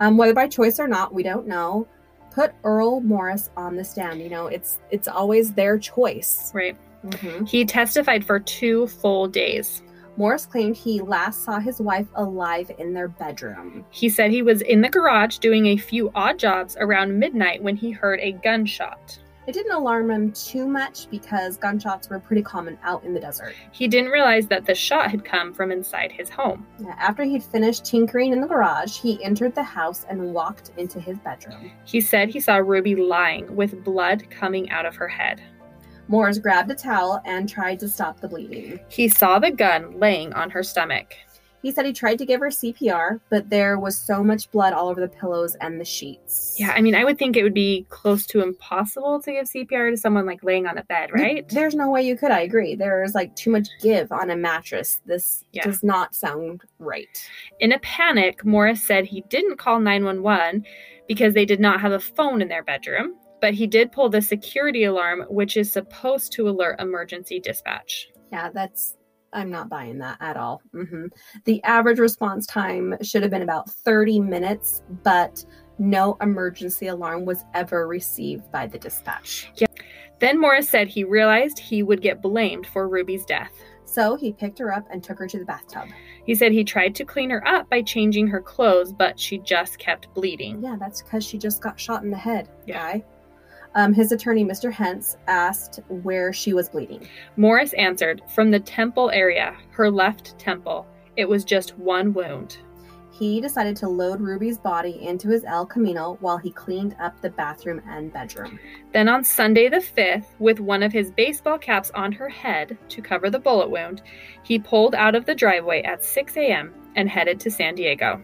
Speaker 2: um, whether by choice or not, we don't know, put Earl Morris on the stand. You know, it's it's always their choice.
Speaker 1: Right.
Speaker 2: Mm-hmm.
Speaker 1: He testified for two full days.
Speaker 2: Morris claimed he last saw his wife alive in their bedroom.
Speaker 1: He said he was in the garage doing a few odd jobs around midnight when he heard a gunshot.
Speaker 2: It didn't alarm him too much because gunshots were pretty common out in the desert.
Speaker 1: He didn't realize that the shot had come from inside his home.
Speaker 2: Yeah, After he'd finished tinkering in the garage, he entered the house and walked into his bedroom.
Speaker 1: He said he saw Ruby lying with blood coming out of her head.
Speaker 2: Morris grabbed a towel and tried to stop the bleeding.
Speaker 1: He saw the gun laying on her stomach.
Speaker 2: He said he tried to give her CPR, but there was so much blood all over the pillows and the sheets.
Speaker 1: Yeah, I mean, I would think it would be close to impossible to give CPR to someone like laying on a bed, right?
Speaker 2: There's no way you could. I agree. There's like too much give on a mattress. This
Speaker 1: Yeah.
Speaker 2: does not sound right.
Speaker 1: In a panic, Morris said he didn't call 911 because they did not have a phone in their bedroom, but he did pull the security alarm, which is supposed to alert emergency dispatch.
Speaker 2: Yeah, that's. I'm not buying that at all. hmm The average response time should have been about 30 minutes, but no emergency alarm was ever received by the dispatch.
Speaker 1: Then Morris said he realized he would get blamed for Ruby's death.
Speaker 2: So he picked her up and took her to the bathtub.
Speaker 1: He said he tried to clean her up by changing her clothes, but she just kept bleeding.
Speaker 2: Yeah, that's because she just got shot in the head.
Speaker 1: Yeah.
Speaker 2: guy. Um, his attorney, Mr. Hentz, asked where she was bleeding.
Speaker 1: Morris answered, from the temple area, her left temple. It was just one wound.
Speaker 2: He decided to load Ruby's body into his El Camino while he cleaned up the bathroom and bedroom.
Speaker 1: Then on Sunday the 5th, with one of his baseball caps on her head to cover the bullet wound, he pulled out of the driveway at 6 a.m. and headed to San Diego.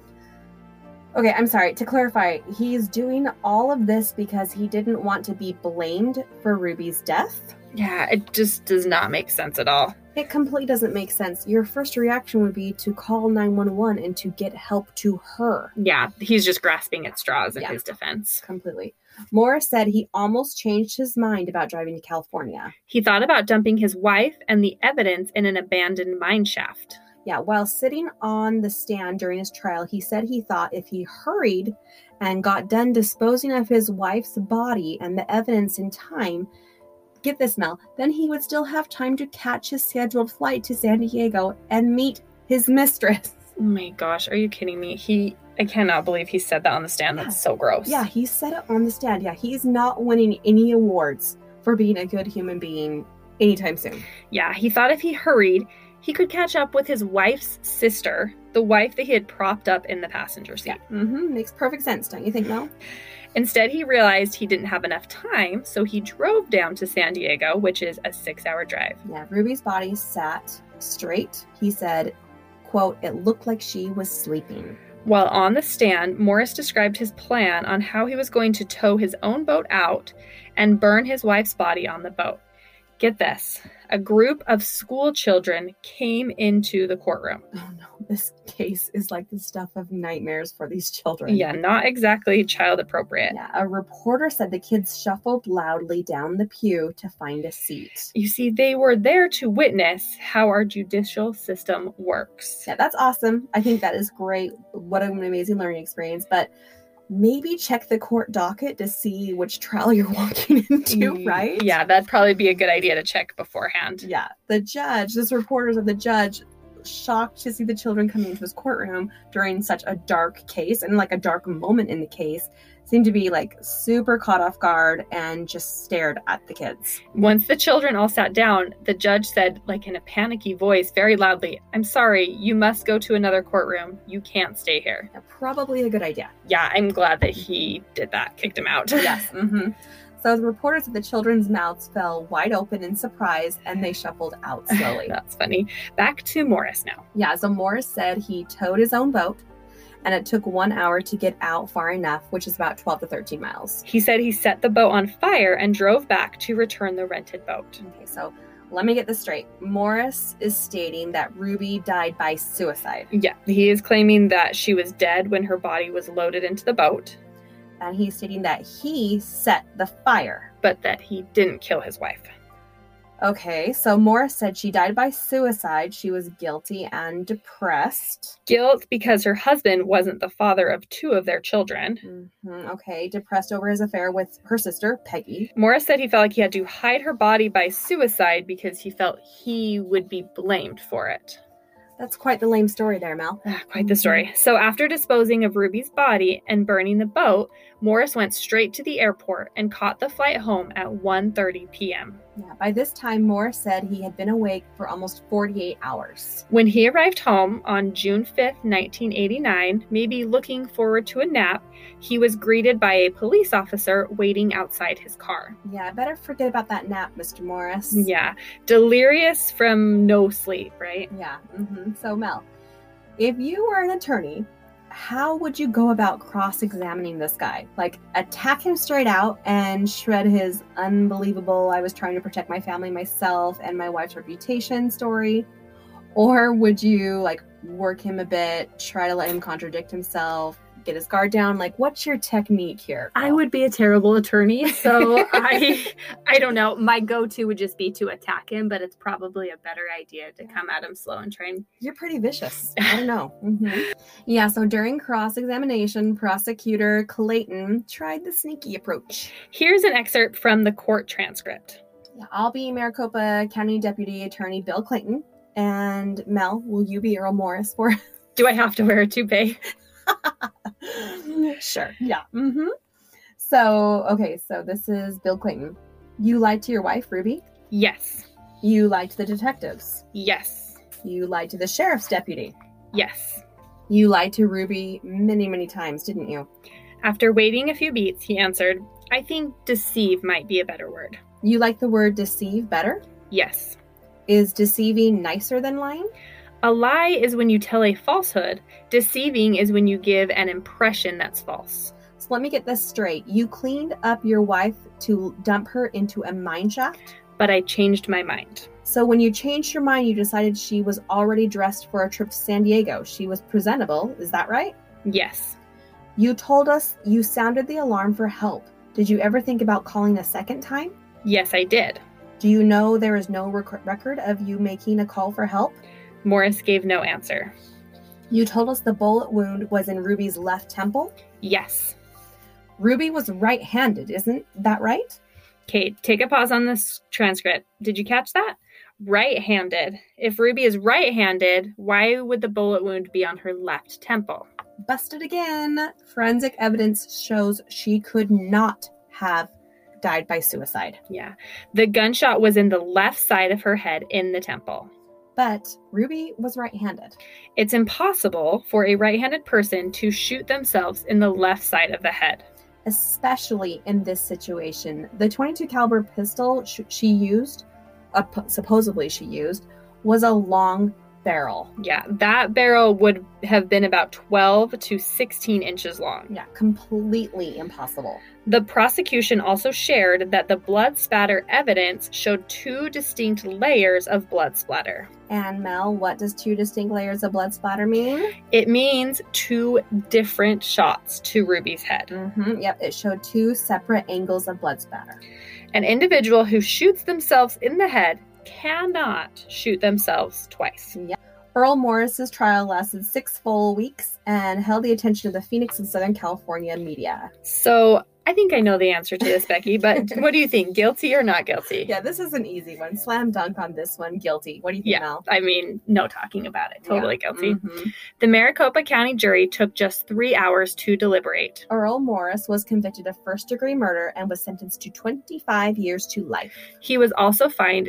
Speaker 2: Okay, I'm sorry. To clarify, he's doing all of this because he didn't want to be blamed for Ruby's death.
Speaker 1: Yeah, it just does not make sense at all.
Speaker 2: It completely doesn't make sense. Your first reaction would be to call 911 and to get help to her.
Speaker 1: Yeah, he's just grasping at straws in
Speaker 2: Yeah.
Speaker 1: his defense.
Speaker 2: Completely. Morris said he almost changed his mind about driving to California.
Speaker 1: He thought about dumping his wife and the evidence in an abandoned mine shaft.
Speaker 2: Yeah, while sitting on the stand during his trial, he said he thought if he hurried and got done disposing of his wife's body and the evidence in time, get this Mel, then he would still have time to catch his scheduled flight to San Diego and meet his mistress.
Speaker 1: Oh my gosh, are you kidding me? He I cannot believe he said that on the stand.
Speaker 2: Yeah.
Speaker 1: That's so gross.
Speaker 2: Yeah, he said it on the stand. Yeah, he's not winning any awards for being a good human being anytime soon.
Speaker 1: Yeah, he thought if he hurried, he could catch up with his wife's sister, the wife that he had propped up in the passenger seat.
Speaker 2: Mm-hmm. Makes perfect sense, don't you think, Mel?
Speaker 1: Instead, he realized he didn't have enough time, so he drove down to San Diego, which is a six hour drive.
Speaker 2: Yeah, Ruby's body sat straight. He said, quote, it looked like she was sleeping. [laughs]
Speaker 1: While on the stand, Morris described his plan on how he was going to tow his own boat out and burn his wife's body on the boat. Get this a group of school children came into the courtroom.
Speaker 2: Oh no, this case is like the stuff of nightmares for these children.
Speaker 1: Yeah, not exactly child appropriate.
Speaker 2: Yeah, a reporter said the kids shuffled loudly down the pew to find a seat.
Speaker 1: You see, they were there to witness how our judicial system works.
Speaker 2: Yeah, that's awesome. I think that is great. What an amazing learning experience. But maybe check the court docket to see which trial you're [laughs] walking into, right?
Speaker 1: Mm, Yeah, that'd probably be a good idea to check beforehand.
Speaker 2: Yeah, the judge, this reporter said the judge shocked to see the children coming into his courtroom during such a dark case and like a dark moment in the case seemed to be like super caught off guard and just stared at the kids.
Speaker 1: Once the children all sat down, the judge said, like in a panicky voice, very loudly, I'm sorry, you must go to another courtroom. You can't stay here.
Speaker 2: Yeah, probably a good idea. [laughs]
Speaker 1: Yeah, I'm glad that he did that, kicked him out.
Speaker 2: Yes. hmm So the reporter said the children's mouths fell wide open in surprise and they shuffled out slowly.
Speaker 1: [laughs]
Speaker 2: [laughs]
Speaker 1: That's funny. Back to Morris now.
Speaker 2: Yeah, so Morris said he towed his own boat and it took one hour to get out far enough, which is about 12 to 13 miles.
Speaker 1: He said he set the boat on fire and drove back to return the rented boat.
Speaker 2: Okay, so let me get this straight. Morris is stating that Ruby died by suicide,
Speaker 1: Yeah, he is claiming that she was dead when her body was loaded into the boat,
Speaker 2: and he's stating that he set the fire.
Speaker 1: but that he didn't kill his wife.
Speaker 2: Okay, so Morris said she died by suicide. She was guilty and depressed.
Speaker 1: Guilt because her husband wasn't the father of two of their children.
Speaker 2: Mhm, okay, depressed over his affair with her sister, Peggy.
Speaker 1: Morris said he felt like he had to hide her body by suicide because he felt he would be blamed for it.
Speaker 2: That's quite the lame story there, Mel.
Speaker 1: Ah, quite the story. So, after disposing of Ruby's body and burning the boat, Morris went straight to the airport and caught the flight home at 1:30 p.m.
Speaker 2: Yeah, by this time, Morris said he had been awake for almost 48 hours.
Speaker 1: When he arrived home on June 5th, 1989, maybe looking forward to a nap, he was greeted by a police officer waiting outside his car.
Speaker 2: Yeah, I better forget about that nap, Mr. Morris.
Speaker 1: Yeah, delirious from no sleep, right?
Speaker 2: Yeah. hmm So, Mel, if you were an attorney, how would you go about cross examining this guy? Like, attack him straight out and shred his unbelievable, I was trying to protect my family, myself, and my wife's reputation story? Or would you, like, work him a bit, try to let him contradict himself, get his guard down? Like, what's your technique here?
Speaker 1: I
Speaker 2: Mel?
Speaker 1: would be a terrible attorney, [laughs] so I I don't know. My go-to would just be to attack him, but it's probably a better idea to come at him slow and try and
Speaker 2: You're pretty vicious. I don't know. Mhm. Yeah, so during cross examination, prosecutor Clayton tried the sneaky approach.
Speaker 1: Here's an excerpt from the court transcript.
Speaker 2: Yeah, I'll be Maricopa County Deputy Attorney Bill Clayton. And Mel, will you be Earl Morris for? [laughs]
Speaker 1: Do I have to wear a toupee?
Speaker 2: sure. Yeah. hmm So, okay, so this is Bill Clayton. You lied to your wife, Ruby.
Speaker 1: Yes.
Speaker 2: You lied to the detectives.
Speaker 1: Yes.
Speaker 2: You lied to the sheriff's deputy.
Speaker 1: Yes.
Speaker 2: You lied to Ruby many, many times, didn't you?
Speaker 1: After waiting a few beats, he answered, "I think deceive might be a better word."
Speaker 2: You like the word deceive better?
Speaker 1: Yes.
Speaker 2: Is deceiving nicer than lying?
Speaker 1: A lie is when you tell a falsehood. Deceiving is when you give an impression that's false.
Speaker 2: So let me get this straight. You cleaned up your wife to dump her into a mine shaft.
Speaker 1: But I changed my mind.
Speaker 2: So when you changed your mind, you decided she was already dressed for a trip to San Diego. She was presentable. Is that right?
Speaker 1: Yes.
Speaker 2: You told us you sounded the alarm for help. Did you ever think about calling a second time?
Speaker 1: Yes, I did.
Speaker 2: Do you know there is no rec- record of you making a call for help?
Speaker 1: Morris gave no answer.
Speaker 2: You told us the bullet wound was in Ruby's left temple.
Speaker 1: Yes.
Speaker 2: Ruby was right handed, isn't that right?
Speaker 1: Kate, take a pause on this transcript. Did you catch that? Right handed. If Ruby is right handed, why would the bullet wound be on her left temple?
Speaker 2: Busted again. Forensic evidence shows she could not have died by suicide.
Speaker 1: Yeah. The gunshot was in the left side of her head in the temple.
Speaker 2: But Ruby was right handed.
Speaker 1: It's impossible for a right handed person to shoot themselves in the left side of the head.
Speaker 2: Especially in this situation, the 22 caliber pistol sh- she used, uh, p- supposedly she used, was a long barrel.
Speaker 1: Yeah, that barrel would have been about 12 to 16 inches long.
Speaker 2: Yeah, completely impossible.
Speaker 1: The prosecution also shared that the blood spatter evidence showed two distinct layers of blood splatter.
Speaker 2: And Mel, what does two distinct layers of blood splatter mean?
Speaker 1: It means two different shots to Ruby's head.
Speaker 2: Mm-hmm. Yep, it showed two separate angles of blood spatter.
Speaker 1: An individual who shoots themselves in the head cannot shoot themselves twice.
Speaker 2: Yep. Earl Morris's trial lasted six full weeks and held the attention of the Phoenix and Southern California media.
Speaker 1: So I think I know the answer to this, Becky, but what do you think? Guilty or not guilty?
Speaker 2: Yeah, this is an easy one. Slam dunk on this one. Guilty. What do you think,
Speaker 1: Yeah,
Speaker 2: Mel?
Speaker 1: I mean, no talking about it. Totally guilty.
Speaker 2: Mhm.
Speaker 1: The Maricopa County jury took just three hours to deliberate.
Speaker 2: Earl Morris was convicted of first degree murder and was sentenced to 25 years to life.
Speaker 1: He was also fined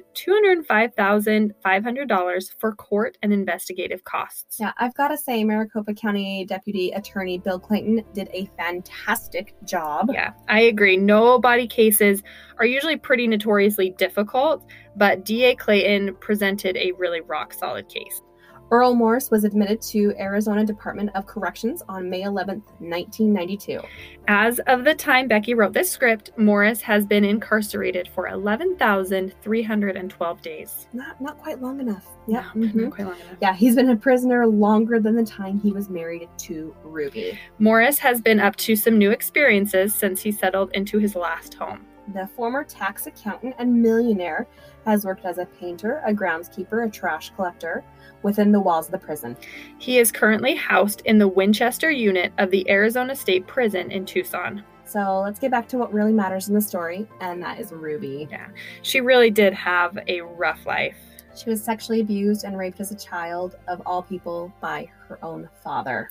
Speaker 1: $205,500 for court and investigative costs.
Speaker 2: Now, I've got to say, Maricopa County Deputy Attorney Bill Clayton did a fantastic job.
Speaker 1: Yeah, I agree. No body cases are usually pretty notoriously difficult, but DA Clayton presented a really rock solid case.
Speaker 2: Earl Morris was admitted to Arizona Department of Corrections on May 11th, 1992.
Speaker 1: As of the time Becky wrote this script, Morris has been incarcerated for 11,312 days. Mm-hmm.
Speaker 2: Not not quite long enough. Yeah.
Speaker 1: No,
Speaker 2: mhm.
Speaker 1: not quite long enough.
Speaker 2: Yeah, he's been a prisoner longer than the time he was married to Ruby.
Speaker 1: Morris has been up to some new experiences since he settled into his last home.
Speaker 2: The former tax accountant and millionaire has worked as a painter, a groundskeeper, a trash collector within the walls of the prison.
Speaker 1: He is currently housed in the Winchester unit of the Arizona State Prison in Tucson.
Speaker 2: So let's get back to what really matters in the story, and that is Ruby.
Speaker 1: She really did have a rough life.
Speaker 2: She was sexually abused and raped as a child, of all people, by her own father.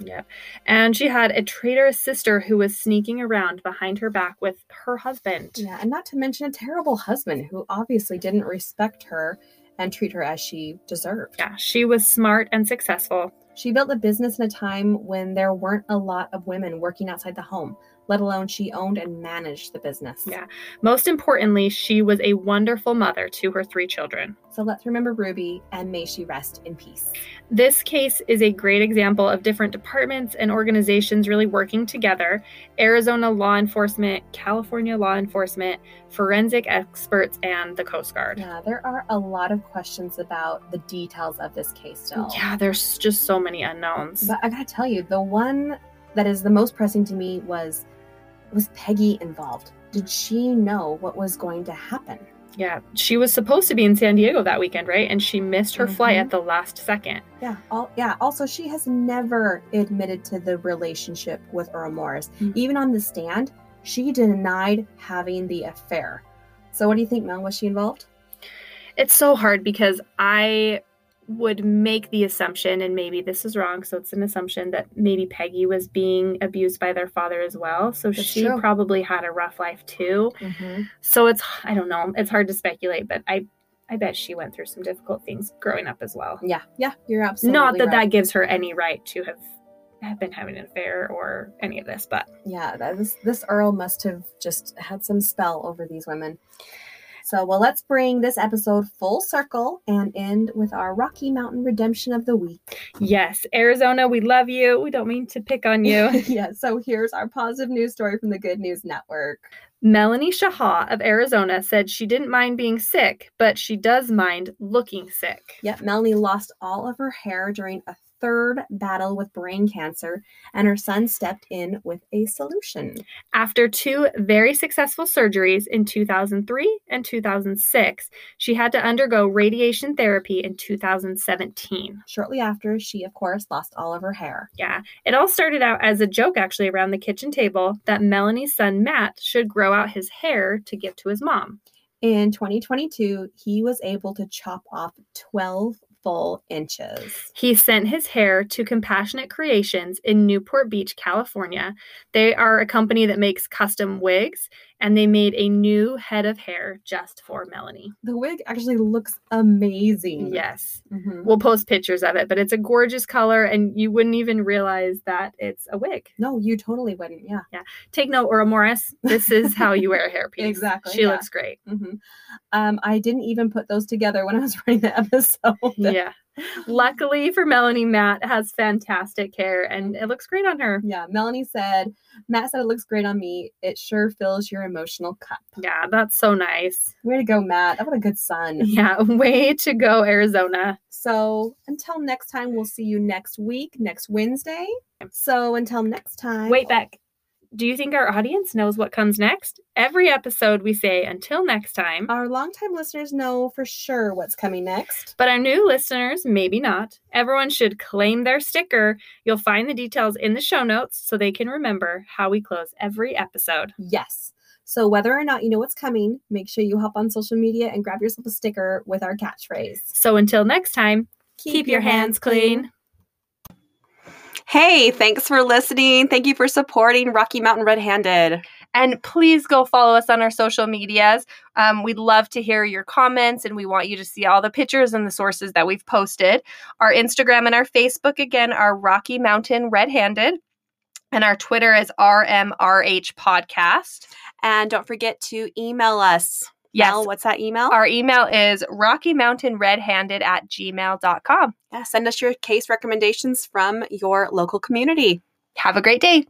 Speaker 1: And she had a traitorous sister who was sneaking around behind her back with her husband.
Speaker 2: Yeah, and not to mention a terrible husband who obviously didn't respect her and treat her as she deserved.
Speaker 1: Yeah, she was smart and successful.
Speaker 2: She built a business in a time when there weren't a lot of women working outside the home, let alone she owned and managed the business.
Speaker 1: Yeah. Most importantly, she was a wonderful mother to her three children.
Speaker 2: So let's remember Ruby and may she rest in peace.
Speaker 1: This case is a great example of different departments and organizations really working together Arizona law enforcement, California law enforcement, forensic experts, and the Coast Guard.
Speaker 2: Yeah, there are a lot of questions about the details of this case still.
Speaker 1: Yeah, there's just so many unknowns.
Speaker 2: But I gotta tell you, the one that is the most pressing to me was was Peggy involved? Did she know what was going to happen?
Speaker 1: yeah, she was supposed to be in San Diego that weekend, right? And she missed her flight
Speaker 2: Mhm.
Speaker 1: at the last second.
Speaker 2: Yeah. All, yeah. Also, she has never admitted to the relationship with Earl Morris.
Speaker 1: Mm.
Speaker 2: Even on the stand, she denied having the affair. So, what do you think, Mel? Was she involved?
Speaker 1: It's so hard because I would make the assumption, and maybe this is wrong, so it's an assumption that maybe Peggy was being abused by their father as well. So
Speaker 2: That's
Speaker 1: she
Speaker 2: true.
Speaker 1: probably had a rough life too.
Speaker 2: Mm-hmm.
Speaker 1: So it's I don't know. It's hard to speculate, but I I bet she went through some difficult things growing up as well.
Speaker 2: Yeah. Yeah. You're absolutely
Speaker 1: Not that
Speaker 2: right.
Speaker 1: that gives her any right to have have been having an affair or any of this, but
Speaker 2: Yeah. That, this this Earl must have just had some spell over these women. So, well, let's bring this episode full circle and end with our Rocky Mountain Redemption of the Week.
Speaker 1: yes, Arizona, we love
Speaker 2: [laughs]
Speaker 1: you. We don't mean to pick on you.
Speaker 2: yeah. So, here's our positive news story from the Good News Network.
Speaker 1: Melanie Shaha of Arizona said she didn't mind being sick, but she does mind looking sick.
Speaker 2: Yep, Melanie lost all of her hair during a third battle with brain cancer, and her son stepped in with a solution.
Speaker 1: After two very successful surgeries in 2003 and 2006, she had to undergo radiation therapy in 2017.
Speaker 2: Shortly after, she, of course, lost all of her hair.
Speaker 1: Yeah, it all started out as a joke actually around the kitchen table that Melanie's son Matt should grow out his hair to give to his mom.
Speaker 2: In 2022, he was able to chop off 12 full inches.
Speaker 1: He sent his hair to Compassionate Creations in Newport Beach, California. They are a company that makes custom wigs, and they made a new head of hair just for Melanie.
Speaker 2: The wig actually looks amazing.
Speaker 1: Yes.
Speaker 2: Mhm.
Speaker 1: We'll post pictures of it, but it's a gorgeous color, and you wouldn't even realize that it's a wig.
Speaker 2: No, you totally wouldn't. Yeah.
Speaker 1: Take note, Aura Morris. This is how you wear a hairpiece.
Speaker 2: [laughs] Exactly,
Speaker 1: She
Speaker 2: yeah.
Speaker 1: looks
Speaker 2: [laughs]
Speaker 1: great.
Speaker 2: hmm Um, I didn't even put those together when I was writing the [laughs] episode.
Speaker 1: yeah. Luckily for Melanie, Matt has fantastic hair and it looks great on her.
Speaker 2: Yeah, Melanie said, Matt said it looks great on me. It sure fills your emotional cup.
Speaker 1: Yeah, that's so nice.
Speaker 2: Way to go, Matt. Oh, what a good son.
Speaker 1: Yeah, [laughs] way to go, Arizona.
Speaker 2: So until next time, we'll see you next week, next Wednesday. So until next time.
Speaker 1: Wait, Beck, do you think our audience knows what comes next? Every episode we say until next time,
Speaker 2: Our longtime listeners know for sure what's coming next.
Speaker 1: but our new listeners, maybe not. Everyone should claim their sticker. You'll find the details in the show notes so they can remember how we close every episode.
Speaker 2: Yes. So whether or not you know what's coming, make sure you hop on social media and grab yourself a sticker with our catchphrase.
Speaker 1: So until next time, keep, your hands clean.
Speaker 2: Hey, thanks for listening. Thank you for supporting Rocky Mountain Red Handed.
Speaker 1: And please go follow us on our social medias. Um, we'd love to hear your comments and we want you to see all the pictures and the sources that we've posted. Our Instagram and our Facebook, again, are Rocky Mountain Red Handed. And our Twitter is RMRH Podcast.
Speaker 2: And don't forget to email us.
Speaker 1: Yes.
Speaker 2: Mel, what's that email?
Speaker 1: Our email is Rocky Mountain Red Handed at gmail.com.
Speaker 2: yeah, send us your case recommendations from your local community.
Speaker 1: Have a great day.